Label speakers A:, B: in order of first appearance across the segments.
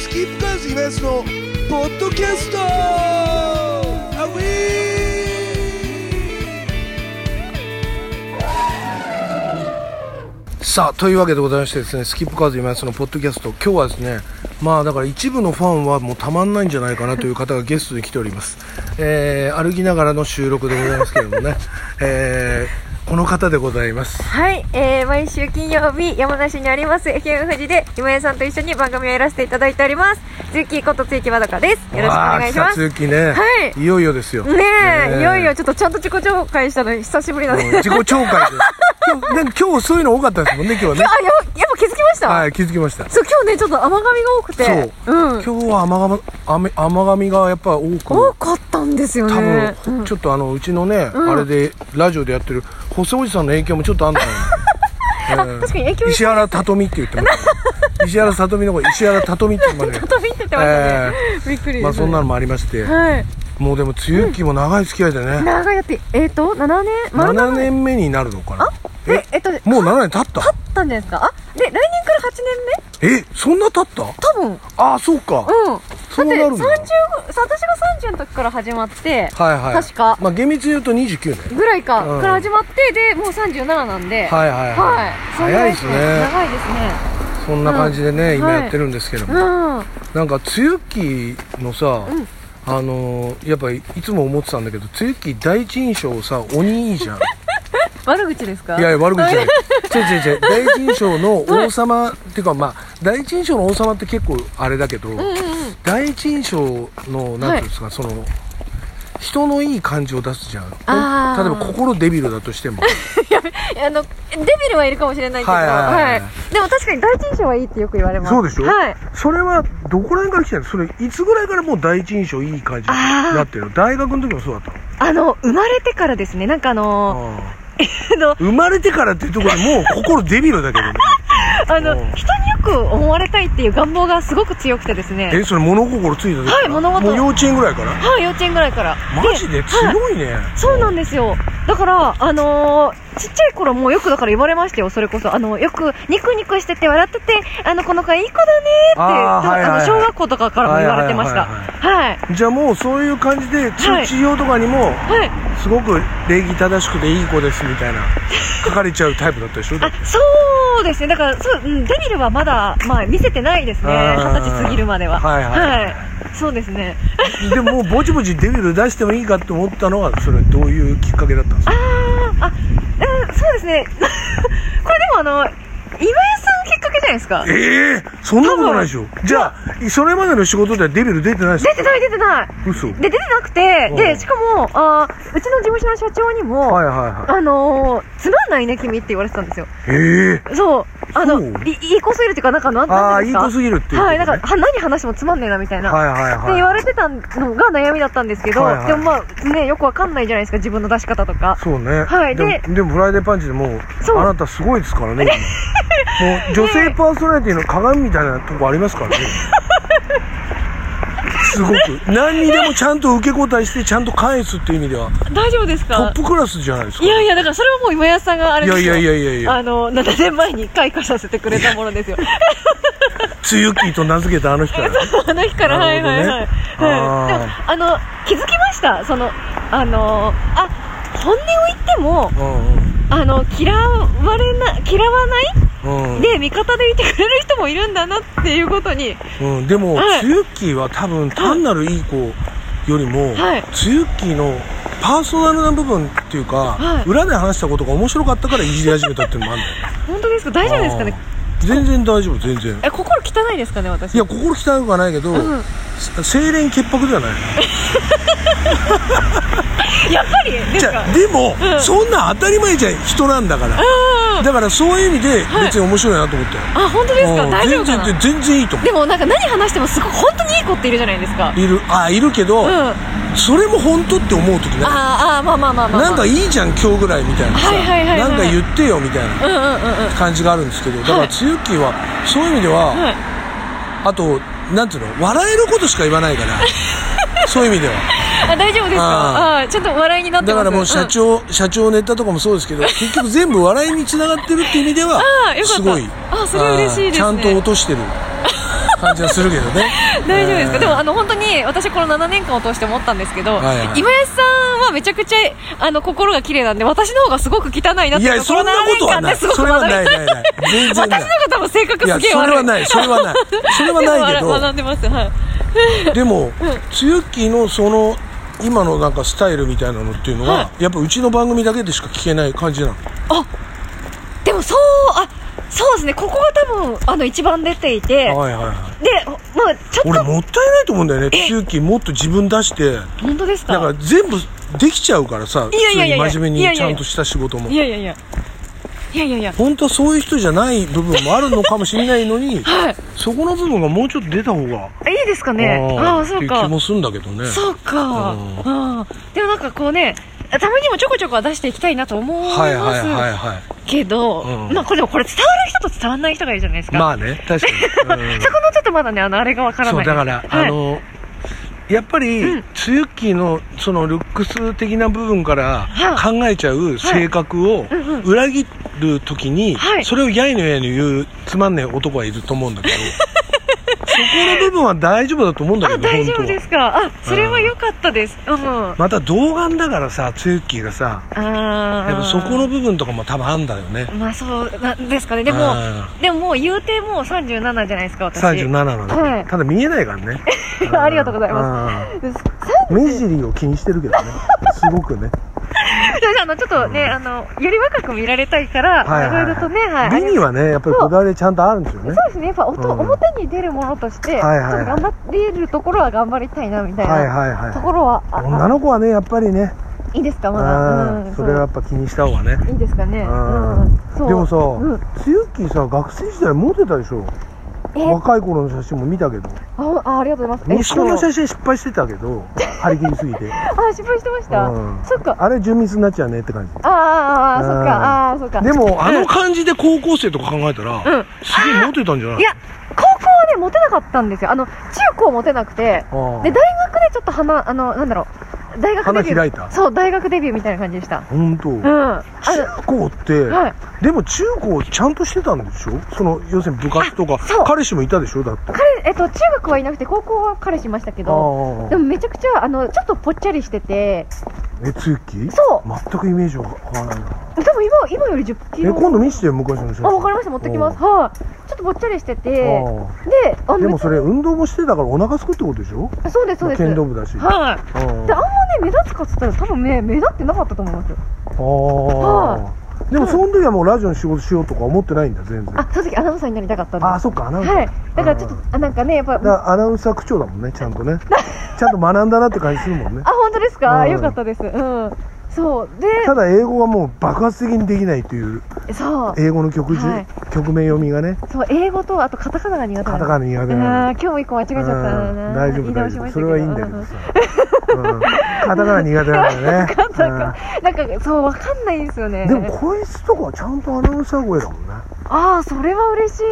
A: スキップカーズイベントのポッドキャストアウさあというわけでございましてですねスキップカーズ今そのポッドキャスト今日はですねまあだから一部のファンはもうたまんないんじゃないかなという方がゲストに来ております、えー、歩きながらの収録でございますけれどもね、 えー、この方でございます
B: はい、えー、毎週金曜日山梨にあります FM 富士で今江さんと一緒に番組をやらせていただいておりますズッキーことついきわだかですよろしくお願いします
A: わあ
B: ね
A: 来た続きね、、
B: はい
A: よいよですよ
B: え
A: ねえ
B: いよいよちょっとちゃんと自己紹介したの久しぶりなので、
A: 自己紹介で今日なんか今日そういうの多かったですもんね今日はね
B: あややっぱ気づきました、
A: はい気づきました
B: そう今日ねちょっと甘髪が多くて
A: そう、
B: ん、
A: 今日は甘が甘甘髪がやっぱ多く
B: 多かったんですよ
A: 多
B: ね
A: 分、ちょっとあのうちのね、
B: ん
A: あれでラジオでやってる細おじさんの影響もちょっとあんだ よね、えー
B: 確かに影響
A: 石原さとみって言ってま したね石原さとみの声石原さとみって言って ましたね
B: とびってってましたね、びっくりです、
A: まあそんなのもありまして、
B: はい
A: もうでも梅雨期も長い付き合いでね、
B: 長いやってえっ、ー、と7年丸
A: 7年目になるのかな
B: ええっと経
A: もう7年経った
B: ったんじゃないですかあで来年から8年
A: えそんな経った
B: 目多分
A: ああそうか、
B: うん
A: そうな
B: だ
A: る
B: って
A: ん
B: 30
A: だ
B: さ私が30の時から始まって
A: はいはい
B: 確か
A: まあ厳密に言うと29年
B: ぐらいか、
A: うん
B: から始まってでもう37なんでは
A: はいはいはい、
B: そんぐら
A: 早いですね
B: 長いですね
A: そんな感じでね、
B: うん
A: 今やってるんですけども、
B: うんは
A: なんか梅雨期のさ、
B: ん
A: あのーやっぱりいつも思ってたんだけど梅雨期第一印象さ鬼いいじゃん い
B: 悪口ですか
A: やいや悪口じゃ
B: は
A: ない違う違う違う第一印象の王様、っていうかまあ第一印象の王様って結構あれだけど、
B: うんうんうん
A: 第一印象のなんていうんですか、その人のいい感じを出すじゃん
B: あー
A: 例えば心デビルだとしても
B: いやあのデビルはいるかもしれないけど、
A: はいはいはいはい
B: でも確かに第一印象はいいってよく言われます
A: そうでしょ
B: はい
A: それはどこら辺から来てるのそれいつぐらいからもう第一印象いい感じになってるの大学の時もそうだったの
B: あの生まれてからですねなんかあの
A: あ
B: あの
A: ー生まれてからっていうところでもう心デビルだけどね
B: あの
A: うん
B: 人によく思われたいっていう願望がすごく強くてですね
A: えそれ物心ついた時から
B: はい物心
A: もう幼稚園ぐらいから
B: はい幼稚園ぐらいから
A: マジで強いね、
B: そうなんですよ。だから、あのーちっちゃい頃もよくだから言われましたよ、それこそ。あの、よく、ニクニクしてて笑ってて、あの、この子いい子だねって、
A: あー
B: そう
A: はいはいはい
B: あの、小学校とかからも言われてました。
A: はいはい
B: はい。
A: じゃあもうそういう感じで通知表とかにも
B: はい。
A: すごく礼儀正しくていい子ですみた いな書かれちゃうタイプだったでしょだって
B: あ、そうですね。だから、そう、うん、デビルはまだ、まあ、見せてないですね。
A: あー
B: 二十歳過ぎるまでは。
A: はいはいはい
B: そうですね。
A: でももうぼちぼちデビル出してもいいかって思ったのはそれどういうきっかけだったんです
B: あ
A: か
B: ー、あ、うん、そうですね。 これでもあの、今井さんきっかけじゃないですか。
A: ええそんなことないでしょじゃあそれまでの仕事ではデビル出てないでし
B: 出てない出てない。
A: ょ嘘はい
B: で、出てなくて、
A: うん
B: で、しかも、あーうちの事務所の社長にも、
A: はいは
B: あのー、つまんないね、君って言われてたんですよ。
A: いええ
B: そう。あの、
A: そう
B: いいい子すぎるっていうか、なんか、なん
A: あ
B: な
A: あ
B: んて
A: い
B: い
A: いう子
B: んです
A: すぎるっていう
B: か。はい、なん
A: こ
B: か
A: と、ね
B: は何話してもつまんねえな、みたいな。
A: はいはい
B: って
A: はい
B: 言われてたのが悩みだったんですけど、
A: はいはい
B: でもまあ、ね、よくわかんないじゃないですか、自分の出し方とか。
A: そうね、
B: はい
A: で
B: で
A: もでも「フライデーパンチ」でもう
B: そう
A: あなたすごいですからね今もう女性パーソナリティの鏡みたいなとこありますからねすごく何にでもちゃんと受け答えしてちゃんと返すっていう意味では
B: 大丈夫です
A: トップクラスじゃないですか
B: いやいや、だからそれはもう今安さんがあれですよ。
A: いやいやいやいやいや
B: あの、7年前に開花させてくれたものですよ。
A: つゆきと名付けたあの人から
B: あの日から、
A: な
B: は
A: る
B: い
A: ほど
B: は
A: ね
B: いは
A: あ
B: い。
A: ー
B: はい、でも、あの、気づきました。その、あの、あ、本音を言っても、
A: う
B: あの、嫌われな、嫌わない
A: んうんうん
B: で、味方でいてくれる人もいるんだなっていうことに、
A: うん、でも、
B: はい
A: つゆきは多分単なるいい子よりも、
B: はい
A: つゆきのパーソナルな部分っていうか、
B: はい
A: 裏で話したことが面白かったからいじり始めたっていうのもあるんだよ
B: 本当ですか 大丈夫ですかね
A: あー全然大丈夫全然
B: え、心汚いですかね私。
A: いや心汚くはないけど、
B: うん
A: 清廉潔白ではない
B: やっぱりです
A: じ
B: か
A: ゃあでも、
B: うん
A: そんなん当たり前じゃん人なんだから、
B: うん。
A: だからそういう意味で別に面白いなと思ったよ、
B: あ、本当ですか
A: うん
B: 大丈夫か
A: 全然
B: な
A: 全然いいと思
B: でもなんか何話してもすごく本当にいい子っているじゃないですか。
A: ういるあいるけど、
B: うん。あー
A: それも本当って思う時ない
B: あー、まあまあまあまあ、まあ。
A: なんかいいじゃん今日ぐらいみたいなさ、
B: はいはいはいはい
A: なんか言ってよみたいな
B: うんうんうんうん。
A: 感じがあるんですけどだから
B: はい
A: つゆきはそういう意味では、
B: はい。
A: あとなんていうの笑えることしか言わないから そういう意味では
B: あ大丈夫ですかあーちょっと笑いになって
A: だ
B: ま
A: か
B: す
A: らもう社、長、社長ネタとかもそうですけど結局全部笑いにつながってるっていう意味では
B: あーよかった
A: すごい
B: あーそれ嬉しいです
A: あーち
B: ね
A: ゃんと落としてる感じはするけどね
B: 大丈夫ですか、でもあ
A: の
B: の本当に私この7年間を通して思ったんですけど、
A: はいはい
B: 今安さんはめちゃくちゃあの心が綺麗なんで私の方がすごく汚いなって
A: い
B: いう
A: や
B: のこの
A: そんなことは
B: 7年間
A: ない
B: ですごく
A: それはないないない全然な
B: 私
A: い
B: の方が多分性格
A: い
B: す
A: や
B: げえ悪い
A: それはないそれはないそれはないけ
B: でも学
A: ど
B: んでますはい
A: でもつゆっきーのその今のなんかスタイルみたいなのっていうのは、
B: は
A: やっぱうちの番組だけでしか聞けない感じなの
B: でもそうあそうですねここが多分あの一番出ていて
A: はいはいはい
B: でまあちょっ
A: 俺
B: と
A: もったいないと思うんだよねつゆっきーもっと自分出して
B: 本当です
A: だ
B: か
A: から全部できちゃうからさ
B: いやいやいやいや
A: 普通に真面
B: い
A: 目
B: や
A: に
B: い
A: ち
B: やい
A: ゃ
B: や
A: んとした仕事も
B: いやいやいやいやいやいや
A: 本当はそういう人じゃない部分もあるのかもしれないのに、
B: はい
A: そこの部分がもうちょっと出た方が、
B: あいいですかねあ
A: あ
B: あ
A: ーっ
B: そ
A: ていうう気
B: か
A: もするんだけどね
B: そうか、
A: うん
B: あーでもなんかこうねたまにもちょこちょこは出していきたいなと思います、
A: はいはいはいはい
B: けど、
A: うん
B: まあこれでもこれ伝わる人と伝わらない人がいるじゃないですか、
A: まあね確か に、うん
B: そこのちょっとまだねあのあれがわから
A: そ
B: な
A: う
B: い
A: だから、
B: はい
A: あのやっぱ
B: う
A: り
B: ん
A: つゆっきーのそのルックス的な部分から
B: は
A: 考えちゃう性格を
B: うんうん
A: 裏切る時に、
B: はい
A: それをやいのやいの言うつまんねえ男はいると思うん だけどそこの部分は大丈夫だと思うんだけ
B: あ
A: ど
B: 大丈
A: 本当
B: 夫で
A: は
B: すかあそれは良かったですうんあ
A: また童顔だからさつゆっきーがさ
B: あ
A: やっぱそこの部分とかも多分あんだよね
B: まあそうなんですかねでも
A: うん
B: でももう言うてもう37じゃないですか私
A: 37なので、
B: はい
A: ただ見えないからね
B: ありがとうございますです
A: 目尻を気にしてるけどねすごくね
B: それであのちょっとね、あのより若く見られたいから、
A: はいはい
B: いろいろとね、はい、
A: 美にはねやっぱりこだわりちゃんとあるんですよね
B: そうですね、やっぱ音、
A: うん
B: 表に出るものとして、
A: はいはい
B: ちょっと頑張れるところは頑張りたいなみたいな、
A: はいはい
B: と
A: は
B: ころは、
A: い
B: あ
A: 女の子はねやっぱりね
B: いいですか、まだ、
A: あーそれはやっぱ気にした方がね
B: いいですかね、う
A: うん
B: ん、そう
A: でもさ
B: うん
A: つゆっきーさ学生時代モテたでしょ
B: え
A: 若い頃の写真も見たけど
B: ああ、ありがとうございます、
A: 息子の写
B: 真
A: 真失敗してたけど張り切りす ぎて
B: あ失敗してました、
A: うん
B: そっか、
A: あれ純密になっちゃうねって感じ
B: ああ、ああ、そっか、ああ、そっか、
A: でもあ
B: う
A: の
B: ん
A: 感じで高校生とか考えたら、
B: うん
A: すげえモテたんじゃない
B: いや、高校はね、モテなかったんですよ、あの中高モテなくて、
A: あー
B: で大学でちょっと花、あのなんだろう、大学デビュー
A: 花開いた
B: そう、大学デビューみたいな感じでした。
A: 本当、
B: うん、あ
A: 中高って、
B: のはい、
A: でも中高ちゃんとしてたんでしょその要するに部活とか
B: あそう
A: 彼氏もいたでしょだって
B: 彼えっと中学はいなくて高校は彼氏いましたけど
A: あ
B: でもめちゃくちゃあのちょっとぽっちゃりしてて
A: あえつゆき
B: そ
A: 全くイメージが変わらないな
B: うでも今今より10キ
A: え
B: ロ
A: 今度見せてよ昔の写真
B: あわかりました持ってきますはい、ちょっとぽっちゃりしてて
A: あ
B: で
A: あ
B: あの
A: でもそれ運動もしてたからお腹すくってことでしょ
B: そうですそうです
A: 剣道部だしあ
B: はい、
A: あ
B: であんまね目立つかっつったら多分ね目立ってなかったと思いますよ
A: ああでもその時はもうラジオの仕事しようとか思ってないんだ全然
B: あその時アナウンサーになりたかったんで
A: ああそっかアナウンサー
B: はいだからちょっとあなんかねやっぱ
A: だからアナウンサー口調だもんねちゃんとねちゃんと学んだなって感じするもんね
B: あ本当ですか、
A: うん
B: よかったですうんそうで
A: ただ英語がもう爆発的にできないという
B: そう
A: 英語の曲,、
B: はい
A: 曲名読みがね
B: そう英語とあとカタカナが苦手
A: カ
B: なん
A: タ
B: です
A: カナ苦手
B: あ
A: なの
B: ー今日も一個間違えちゃった
A: うん
B: な
A: 大丈夫
B: 移動
A: 大
B: し
A: 丈
B: まし
A: 夫
B: た
A: そ
B: け
A: れ
B: ど
A: はいいんだけどさ、うん、カタカナ苦手なんだよ ね、
B: うんなんかそうわかんないですよ
A: う
B: ね
A: んでもこいつとかはちゃんとアナウンサー声だもんね
B: ああそれは嬉し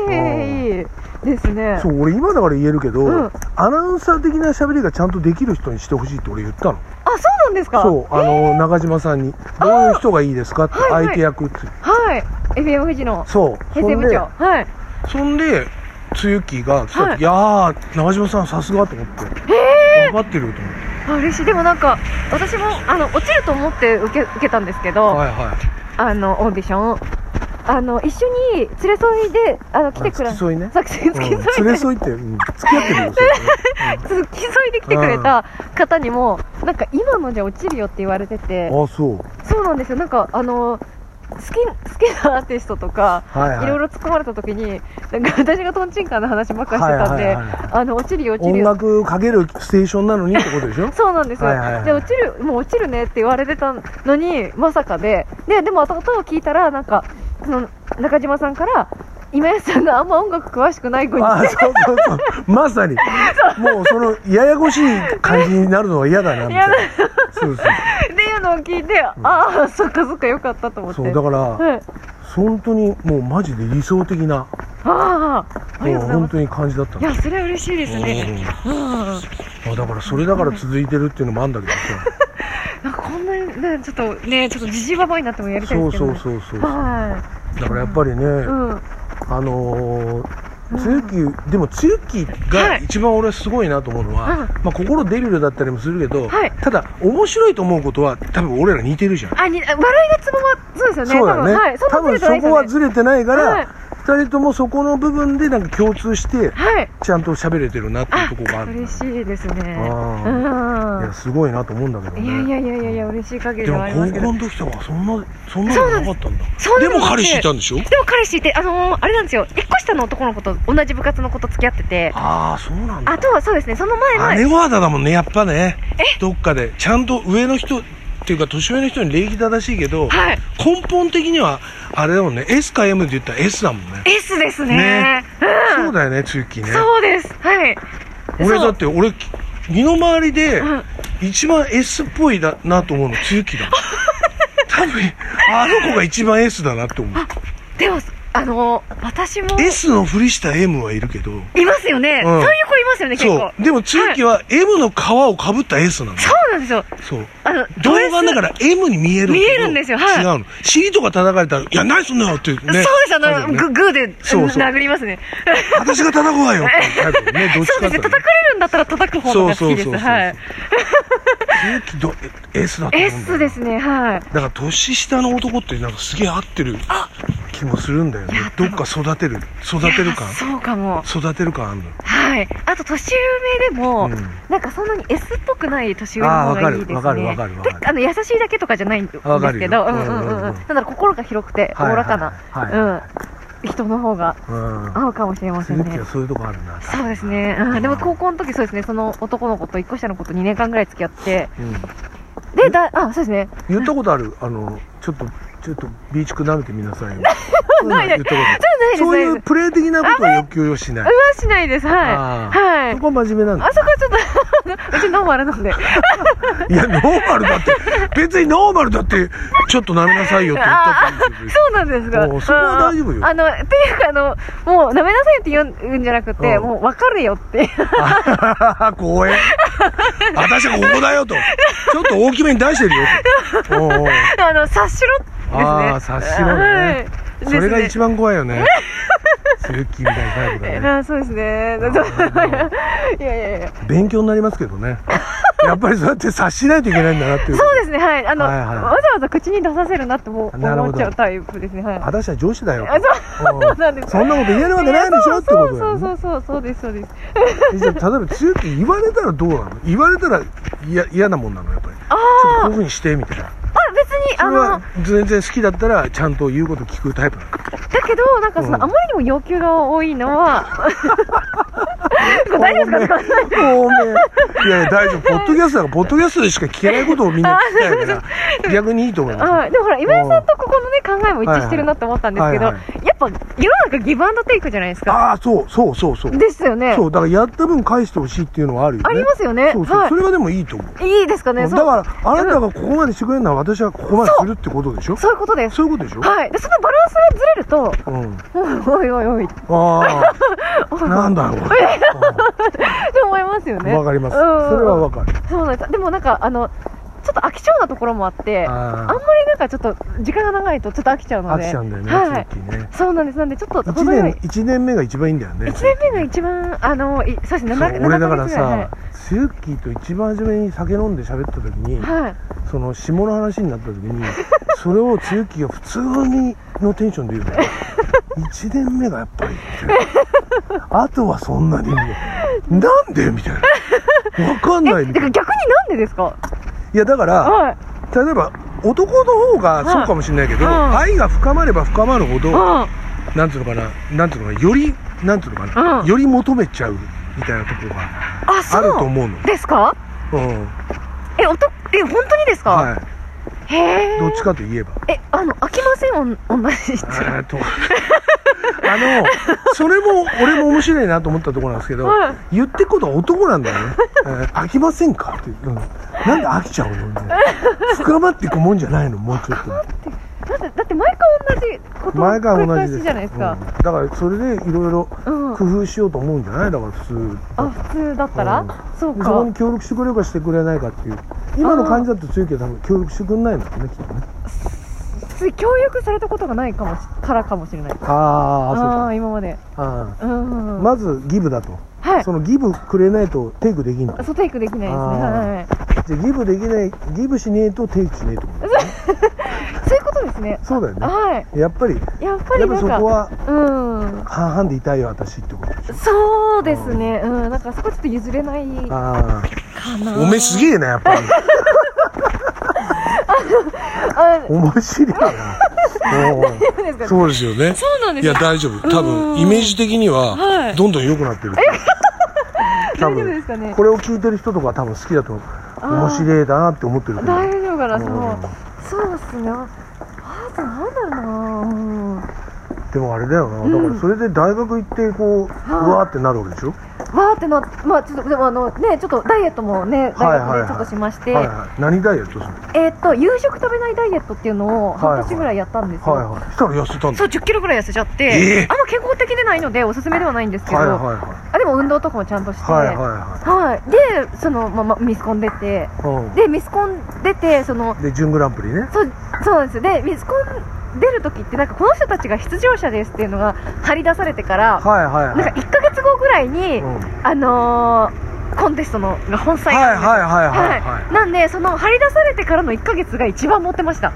B: いですね
A: そう俺今だから言えるけど、
B: うん
A: アナウンサー的な喋りがちゃんとできる人にしてほしいって俺言ったの
B: あそうなんですか
A: そうあの中島さんにどういう人がいいですかって
B: はいはい
A: 相手役って、
B: はい FM 富士の
A: そう
B: 平成
A: そん
B: 部
A: で
B: 長はい
A: そんでつゆきが来た時、
B: はい
A: い、やー中島さんさすがと思って分かってると思って
B: あ嬉しいでもなんか私もあの落ちると思って受け受けたんですけど、
A: はいはい
B: あのオーディションあの一緒に連れ添いであの来てくれ
A: あ付き添いね
B: 作戦付き添い
A: う
B: で
A: ん連れ添いって、うん、付き合ってるんですよ、
B: 付き添いで来てくれた方にも、なんか今のじゃ落ちるよって言われてて、
A: うんあそう
B: そうなんですよ、なんかあの好き好きなアーティストとか、
A: はいはい
B: いろいろ突っ込まれた時に、なんか 私がとんちんかんの話ばっかりしてたんで、
A: はいはいはい
B: あの落ちるよ、落ちる
A: 音
B: よ。
A: 楽かけるステーションなのにってことでし ょ
B: そうなんですよ、
A: はいはいはい
B: で落ちるもう落ちるねって言われてたのにまさかでででも後々聞いたらなんかその中島さんから今安さんがあんま音楽詳しくない子に
A: あそうそうそうまさにもうそのややこしい感じになるのは嫌だなみたい なそうそう
B: っていうのを聞いて、ああそっかそっかよかったと思って
A: そうだから、
B: はい、
A: 本当にもうマジで理想的な
B: ああ、あり
A: も
B: が
A: う
B: とうございま
A: 本
B: す。
A: 当に感じだった
B: い
A: の
B: や、それは嬉しいですね。うん。なん
A: うんあだからそれだから続いてるっていうのもあるんだけどさ
B: かこんなに、ね、ちょっとね、ちょっとじじばばになってもやりたい
A: そ
B: で
A: う
B: すけど、
A: そ
B: ね。
A: うそうそうだ
B: は
A: からやっぱりね、
B: い。うん。
A: あのーツユッキーでもツユッキーが
B: はい
A: 一番俺すごいなと思うのは、
B: うん
A: まあ、心デビルだったりもするけど、
B: はい
A: ただ面白いと思うことは多分俺ら似てるじゃん
B: あに笑いがツボはそうですよね
A: そうだよね、
B: 多
A: 多
B: 分はい
A: 分
B: そんなずれてない
A: そこはずれてな
B: ですよね
A: いから、
B: はい
A: 2人ともそこの部分でなんか共通して
B: はい
A: ちゃんと喋れてるなっていうところがあ
B: あ
A: る
B: 嬉しいですね
A: あいや
B: う
A: すごいなと思うんだけど
B: んいや
A: ね
B: いやいやいやいや嬉しい限
A: で
B: りで
A: も
B: はありますけ
A: 高校
B: ど
A: の時とかはそんなそんなのなかったんだ
B: そうな
A: で
B: んです
A: も彼氏いたんでしょ
B: でも彼氏いてあのーあれなんですよ1個下の男の子と同じ部活の子と付き合ってて
A: ああそうなんだ
B: あとはそうですねその前
A: 姉
B: の
A: はだだもんねやっぱねどっかでちゃんと上の人っていうか年上の人に礼儀正しいけど、
B: はい
A: 根本的にはあれだもんね S か M で言ったら S だもんね
B: S ですね
A: ね
B: うん
A: そうだよねツユッキーね
B: そうですはい
A: 俺
B: そ
A: だ
B: う
A: って俺身の回りで
B: うん
A: 一番 S っぽいだなと思うのつゆきだ多分あの子が一番 S だなって思う
B: でもあのー私も
A: S のふりした M はいるけど
B: いますよね、
A: うん
B: そういう子いますよね結
A: そ
B: 構
A: うでもつゆきは M の皮をかぶった S なの
B: そうなんですよ
A: そう
B: あの
A: 動画だからら M に見えるけど
B: 見えるんですよは
A: 違
B: い
A: うの尻とか叩かれたら「いや何すんなよ」ってね
B: そうですあ
A: 多
B: の、
A: 分ね
B: ググーで
A: そうそう
B: 殴りますね
A: 私が叩く わよって多分ねどっち
B: そう
A: か
B: で
A: っ
B: す
A: て
B: ね叩かれるんだったら叩く方の方が好きですはい
A: つゆきど S だと思うんだよ
B: S ですねはい
A: だから年下の男ってなんかすげえ合ってる気もするんだよねどっか育てる育てる感
B: いやそうかも
A: 育てる感あるの
B: はいあと年上でも、
A: うん
B: なんかそんなに S っぽくない年上の方がいいですね
A: あーわかるわかるわかるわかる
B: であの優しいだけとかじゃないんですけど
A: わかるよ
B: うんうん
A: うん
B: う
A: うん
B: ん
A: う
B: うんんなんだろう心が広くておおらかな、
A: はいはいは
B: うん人の方が
A: うん
B: 合うかもしれません
A: 鈴木
B: ね
A: はそういうとこあるな
B: そうですね、うん、でも高
A: 校
B: 校の時そうですねその男の子と一個下の子と2年間ぐらい付き合ってでだあそうですね
A: 言ったことあるあのちょっとちょっとビーチく舐めてみなさいよ
B: ない
A: そ
B: な
A: ううの言
B: い
A: ったことある
B: ないです
A: そう
B: ない
A: い
B: で
A: うプレー的なことを要求をしない
B: すうわしないですはい
A: あー
B: はい
A: そこは真面目なんだ
B: あそこはちょっとうちノーマ ルなんで
A: いやノーマルだって別にノーマルだってちょっと舐めなさいよって言ったっていいんですよ
B: そうなんですが。
A: おうそこは大丈夫よ
B: うんあの、っていうか、あの、もう、舐めなさいって言うん言うんじゃなくて、
A: うん
B: もう、わかるよって。
A: あ公園私はここだよとちょっと大きめに出してるよとおうおう
B: あの、察しろですね。
A: あー察しろね
B: はい
A: それが一
B: 番。
A: 番怖いよねスルッキーみたいなタイプ
B: え
A: だね
B: ーあーそうですね。 いやいやいや。
A: 勉強になりますけどねやっぱりそうやって察しないといけないんだなっていう
B: そうですね、はい。あの、
A: はいはい
B: わざわざ口に出させるなってもう
A: なるほど
B: 思っちゃうタイプですね。はい。
A: 私は上司だよ
B: あそう
A: おう
B: なんです
A: そんなこと言えるわけないでしょってことだ
B: そ
A: よ
B: う
A: ね
B: そうそうそうそうですそうです
A: じゃあ例えば強く言われたらどうなの言われたら嫌嫌なもんなのやっぱりち
B: あ
A: ょっとこ
B: あ
A: ういうふうにしてみたいな
B: あ別に
A: そ
B: あ
A: れは
B: の
A: 全然好きだったらちゃんと言うこと聞くタイプなの
B: だけどなんかその、
A: うん
B: あまりにも要求が多いの は大丈夫ですか
A: ごめんいやいや大丈夫ポッドキャストだからポッドキャストでしか聞けないことをみんな聞きたいから逆にいいと思いま
B: はい、でもほら今井さんとここのね考えも一致してるなって思ったんですけど、
A: はいはい
B: やっぱ世の中ギブアンドテイクじゃないです
A: す
B: か
A: ああそうそうそうそう
B: ですよね
A: そうだからやった分返してほしいっていうのはあるよね
B: ありますよね
A: そうそう、
B: はい
A: それはでもいいと思う、
B: いいですかね
A: だ
B: そ
A: か
B: う
A: らあなたがここまでしてくれるのは私はここまでするってことでしょ
B: そういうことです
A: そういうことでしょ
B: はいでそのバランスがずれると
A: うん
B: おいおいおいおいって
A: ああなんだろ うこれ
B: 思いますよね
A: わかります。
B: う
A: それ
B: ん
A: はわかる。
B: そうなんですでもなんかあのちょっと飽き性なところもあってあん
A: あ
B: まりなんかちょっと時間が長いとちょっと飽きちゃう
A: あ、
B: の
A: 飽
B: で
A: きちゃうんだよね、
B: はい
A: ツイッキーね。
B: そうなんですなんでちょっと
A: 一
B: 程よい
A: 年、一年目が一番いいんだよね。
B: 1年目が一番あのいそうですね
A: そう
B: 7
A: 俺だから
B: 月ぐらい
A: さ、ツユッキーと一番初めに酒飲んで喋った時に、
B: はい、はい
A: その下の話になった時 に、それをツユッキーが普通にのテンションで言うから、一年目がやっぱりって、あとはそんなにいいよ。 なんでみたいな。わかんない
B: え
A: み
B: て
A: たいな。い
B: か逆になんでですか
A: や、だから、
B: はい
A: 例えば男の方がそうかもしれないけど、
B: うんうん
A: 愛が深まれば深まるほど、
B: うん
A: なんていうのかななんていうのかなよりなんていうのかな、
B: うん
A: より求めちゃうみたいなところが
B: あ、そう
A: あると思うの
B: ですか
A: うん
B: え、おと、え、本当にですか、
A: はい
B: へえ。
A: どっちかといえば
B: え、あの、飽きませんおん、同じ人。
A: えーっと あのそれも俺も面白いなと思ったところなんですけど、
B: はい
A: 言ってくことは男なんだよ ね、えー飽きませんかって、うん、なんで飽きちゃうのみたいな深まっていくもんじゃないのもうちょっと
B: だって、だって毎回同じこと
A: 前から
B: 繰り
A: 同
B: 返
A: じで
B: し
A: す
B: じゃないです
A: うん
B: か。
A: だからそれでいろいろ
B: うん。
A: 工夫しようと思うんじゃないだから普通
B: あ、普通だったら、
A: うん
B: そう
A: そこに
B: か。
A: 協力してくれるかしてくれないかっていう今の感じだと強いけど多分協力してくれないんだろうねきっとね
B: 私教育されたことがないかもしからかもしれない
A: ああそう
B: あ
A: か
B: あー今まで
A: あ
B: うん、
A: ーまずギブだと、
B: はい
A: そのギブくれないとテイクできない
B: そうテイクできないですね
A: あー
B: はい
A: じゃあギブできないギブしねえとテイクしねえってことだね
B: そういうことですね
A: そうだよね
B: は
A: やっぱりやっ
B: いやっぱ
A: ぱ
B: り
A: り
B: なん
A: そ
B: か
A: こは
B: うん
A: 半々でいたいよ私ってことでしょ
B: そうですねうんなんかそこちょっと譲れないか
A: あ
B: な
A: あおめえすげえなやっぱ り
B: あ
A: 面白いなおう
B: そうですか
A: そうですよね
B: そうなんで
A: い
B: す
A: や
B: よ
A: 大丈夫多
B: う
A: 分
B: ん
A: イメージ的には
B: はい
A: どんどん良くな ってる、多
B: 大丈夫ですか
A: 分
B: ね
A: これを聞いてる人とか多分好きだと思う
B: あー
A: 面白いだなって思ってると思う
B: 大丈夫かなそ
A: うん
B: のそうっすねああとなんだろうなうん
A: でもあれだよな、だ
B: ん
A: からそれで大学行ってこう、うわーってなるわけでしょ
B: わーってなまあちょっとでもあのねちょっとダイエットもね
A: はい
B: 大
A: はいはい
B: 学でちょっとしまして、
A: はいはい何ダイエットするの
B: えーっと夕食食べないダイエットっていうのを
A: はいはい
B: 半年ぐらいやったんですよ、
A: はいはいしたら痩せたんだ
B: そう1 0キロぐらい痩せちゃって、
A: えー
B: あんま健康的でないのでおすすめではないんですけど、
A: はいはいは
B: あでも運動とかもちゃんとして、
A: いはいはいは
B: はいでそのままミスコン出て
A: い
B: でミスコン出てその
A: うんで準グランプリね
B: そうそうなんですよでミスコン出る時ってなんかこの人たちが出場者ですっていうのが張り出されてから
A: はいはいはい
B: なんか1ヶ月後ぐらいに、
A: うん
B: あのーコンテストのが本
A: は
B: 祭
A: い
B: が
A: はい
B: あるんですよ
A: はいはい
B: はい、なんで、その張り出されてからの1ヶ月が一番持ってました、
A: へ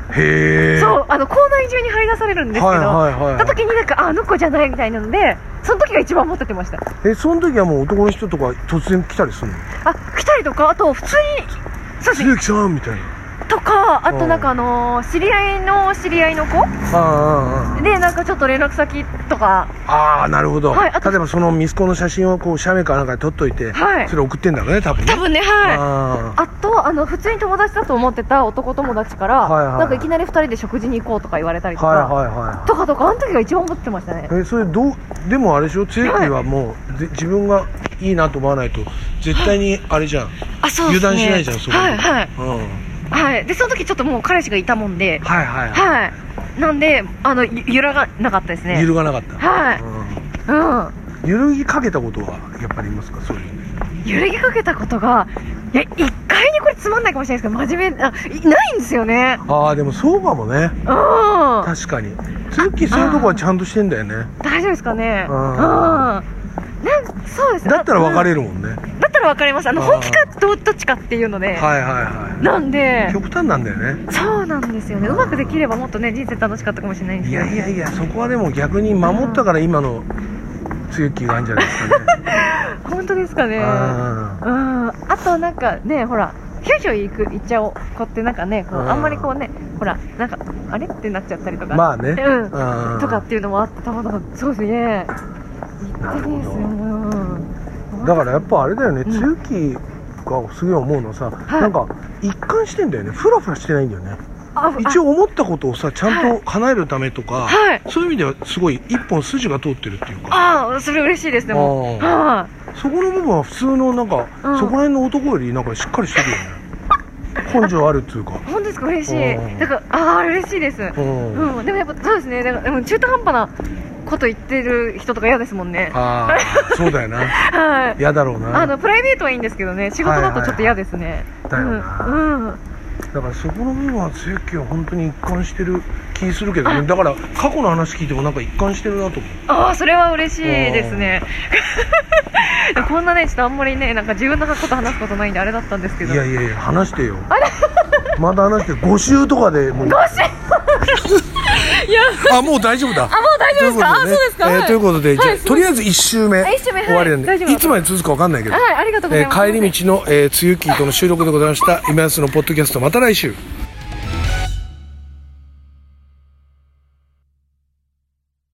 A: え
B: そうあの校内中に張り出されるんですけど、
A: はいはいはい
B: た時になんか、ああの子じゃないみたいなので、その時が一番持っててました、
A: えその時はもう男の人とか突然来たりするの
B: あ来たりとか、あと普通に、そうですね
A: 鈴木さんみたいな
B: とか、あとなんか、あのー知り合いの知り合いの子
A: あ
B: で、なんかちょっと連絡先とか、
A: ああああーなるほど、
B: はいあと
A: 例えばそのミスコンの写真をこう写メかなんかで撮っといて、
B: はい
A: それ送ってんだろうね多分ね
B: 多分ね、はい。
A: あ
B: あとあの普通に友達だと思ってた男友達から、
A: はいはい
B: なんかいきなり2人で食事に行こうとか言われたり
A: あ
B: とか、
A: はいはいは
B: とかとかあの時が一番思ってましたね
A: いえそれどうでもあれでしょ強いはもう、ぜ自分がいいなと思わないと絶対にあれじゃん、
B: あそう
A: 油断しないじゃんそこに
B: はいはい
A: うん、はい
B: はい、でその時ちょっともう彼氏がいたもんで、
A: はいはい、
B: はい、なんであのゆ揺らがなかったですね。
A: 揺るがなかった、
B: はい
A: うん
B: うん、
A: 揺るぎかけたことはやっぱりいますかそういうの
B: 揺れぎかけたことが、いや一回にこれつまんないかもしれないですけど、真面目あいないんですよね。
A: ああでもそうかもね
B: うん、大
A: 確かに鈴木そういうとこはちゃんとしてんだよね
B: 丈夫ですかね。
A: う
B: うんん、なんそうです
A: だったら別
B: る。
A: れるもんね、
B: だったら別れます。あの
A: あー
B: 本気かどどっちかっていうので、
A: はいはいは
B: なんで
A: い。極端なんだよね
B: そうなんですよね。うまくできればもっとね人生楽しかったかもしれないんです
A: い
B: けど
A: やいやいやそこはでも逆に守ったから今の強気があるんじゃないですかね
B: 本当ですかね。
A: あ
B: うんあとなんかねほら九州行く行っちゃおう子ってなんかねこう
A: うん
B: あんまりこうねほらなんかあれってなっちゃったりとか
A: まあね
B: うん
A: あ
B: とかっていうのもあってたまたまそうですね行っていいですよ
A: なる
B: うん
A: だからやっぱあれだよね
B: うん
A: 強気がすげえ思うのはさ、
B: い
A: なんか一貫してんだよねフラフラしてないんだよね
B: あ
A: 一応思ったことをさちゃんと叶えるためとか、
B: あはい
A: そういう意味ではすごい一本筋が通ってるっていうか
B: ああそれ嬉しいですでも
A: あー
B: は
A: そこの部分は普通のなんか、
B: うん
A: そこら辺の男よりなんかしっかりしてるよね根性あるっていうか
B: い本当ですか嬉し
A: うん
B: いだからああ嬉しいです
A: うん、
B: うんでもやっぱそうですねだからでも中途半端なこと言ってる人とか嫌ですもんね
A: あ あそうだよな
B: はい
A: 嫌だろうな
B: あのプライベートはいいんですけどね仕事だとちょっと嫌ですね、
A: だよな、
B: うん、うん
A: だからそこの部分は強気は本当に一貫してる気するけどねだから過去の話聞いてもなんか一貫してるなと思う
B: ああそれは嬉しいですね こんなねちょっとあんまりねなんか自分のこと話すことないんであれだったんですけど
A: いやいやいや話してよ まだ話して5週とかでもう
B: いや
A: あもう大丈夫だあもう
B: 大丈夫ですかあそうですか
A: えー
B: はい
A: ということで、じゃあ
B: はい
A: とりあえず1周目
B: 一周目はい
A: 終わりなんで、
B: 大丈夫
A: いつまで続くかわかんないけど、
B: はいありがとうござ
A: え
B: います、
A: ー帰り道の、えー、つゆきーとの収録でございました今安のポッドキャストまた来週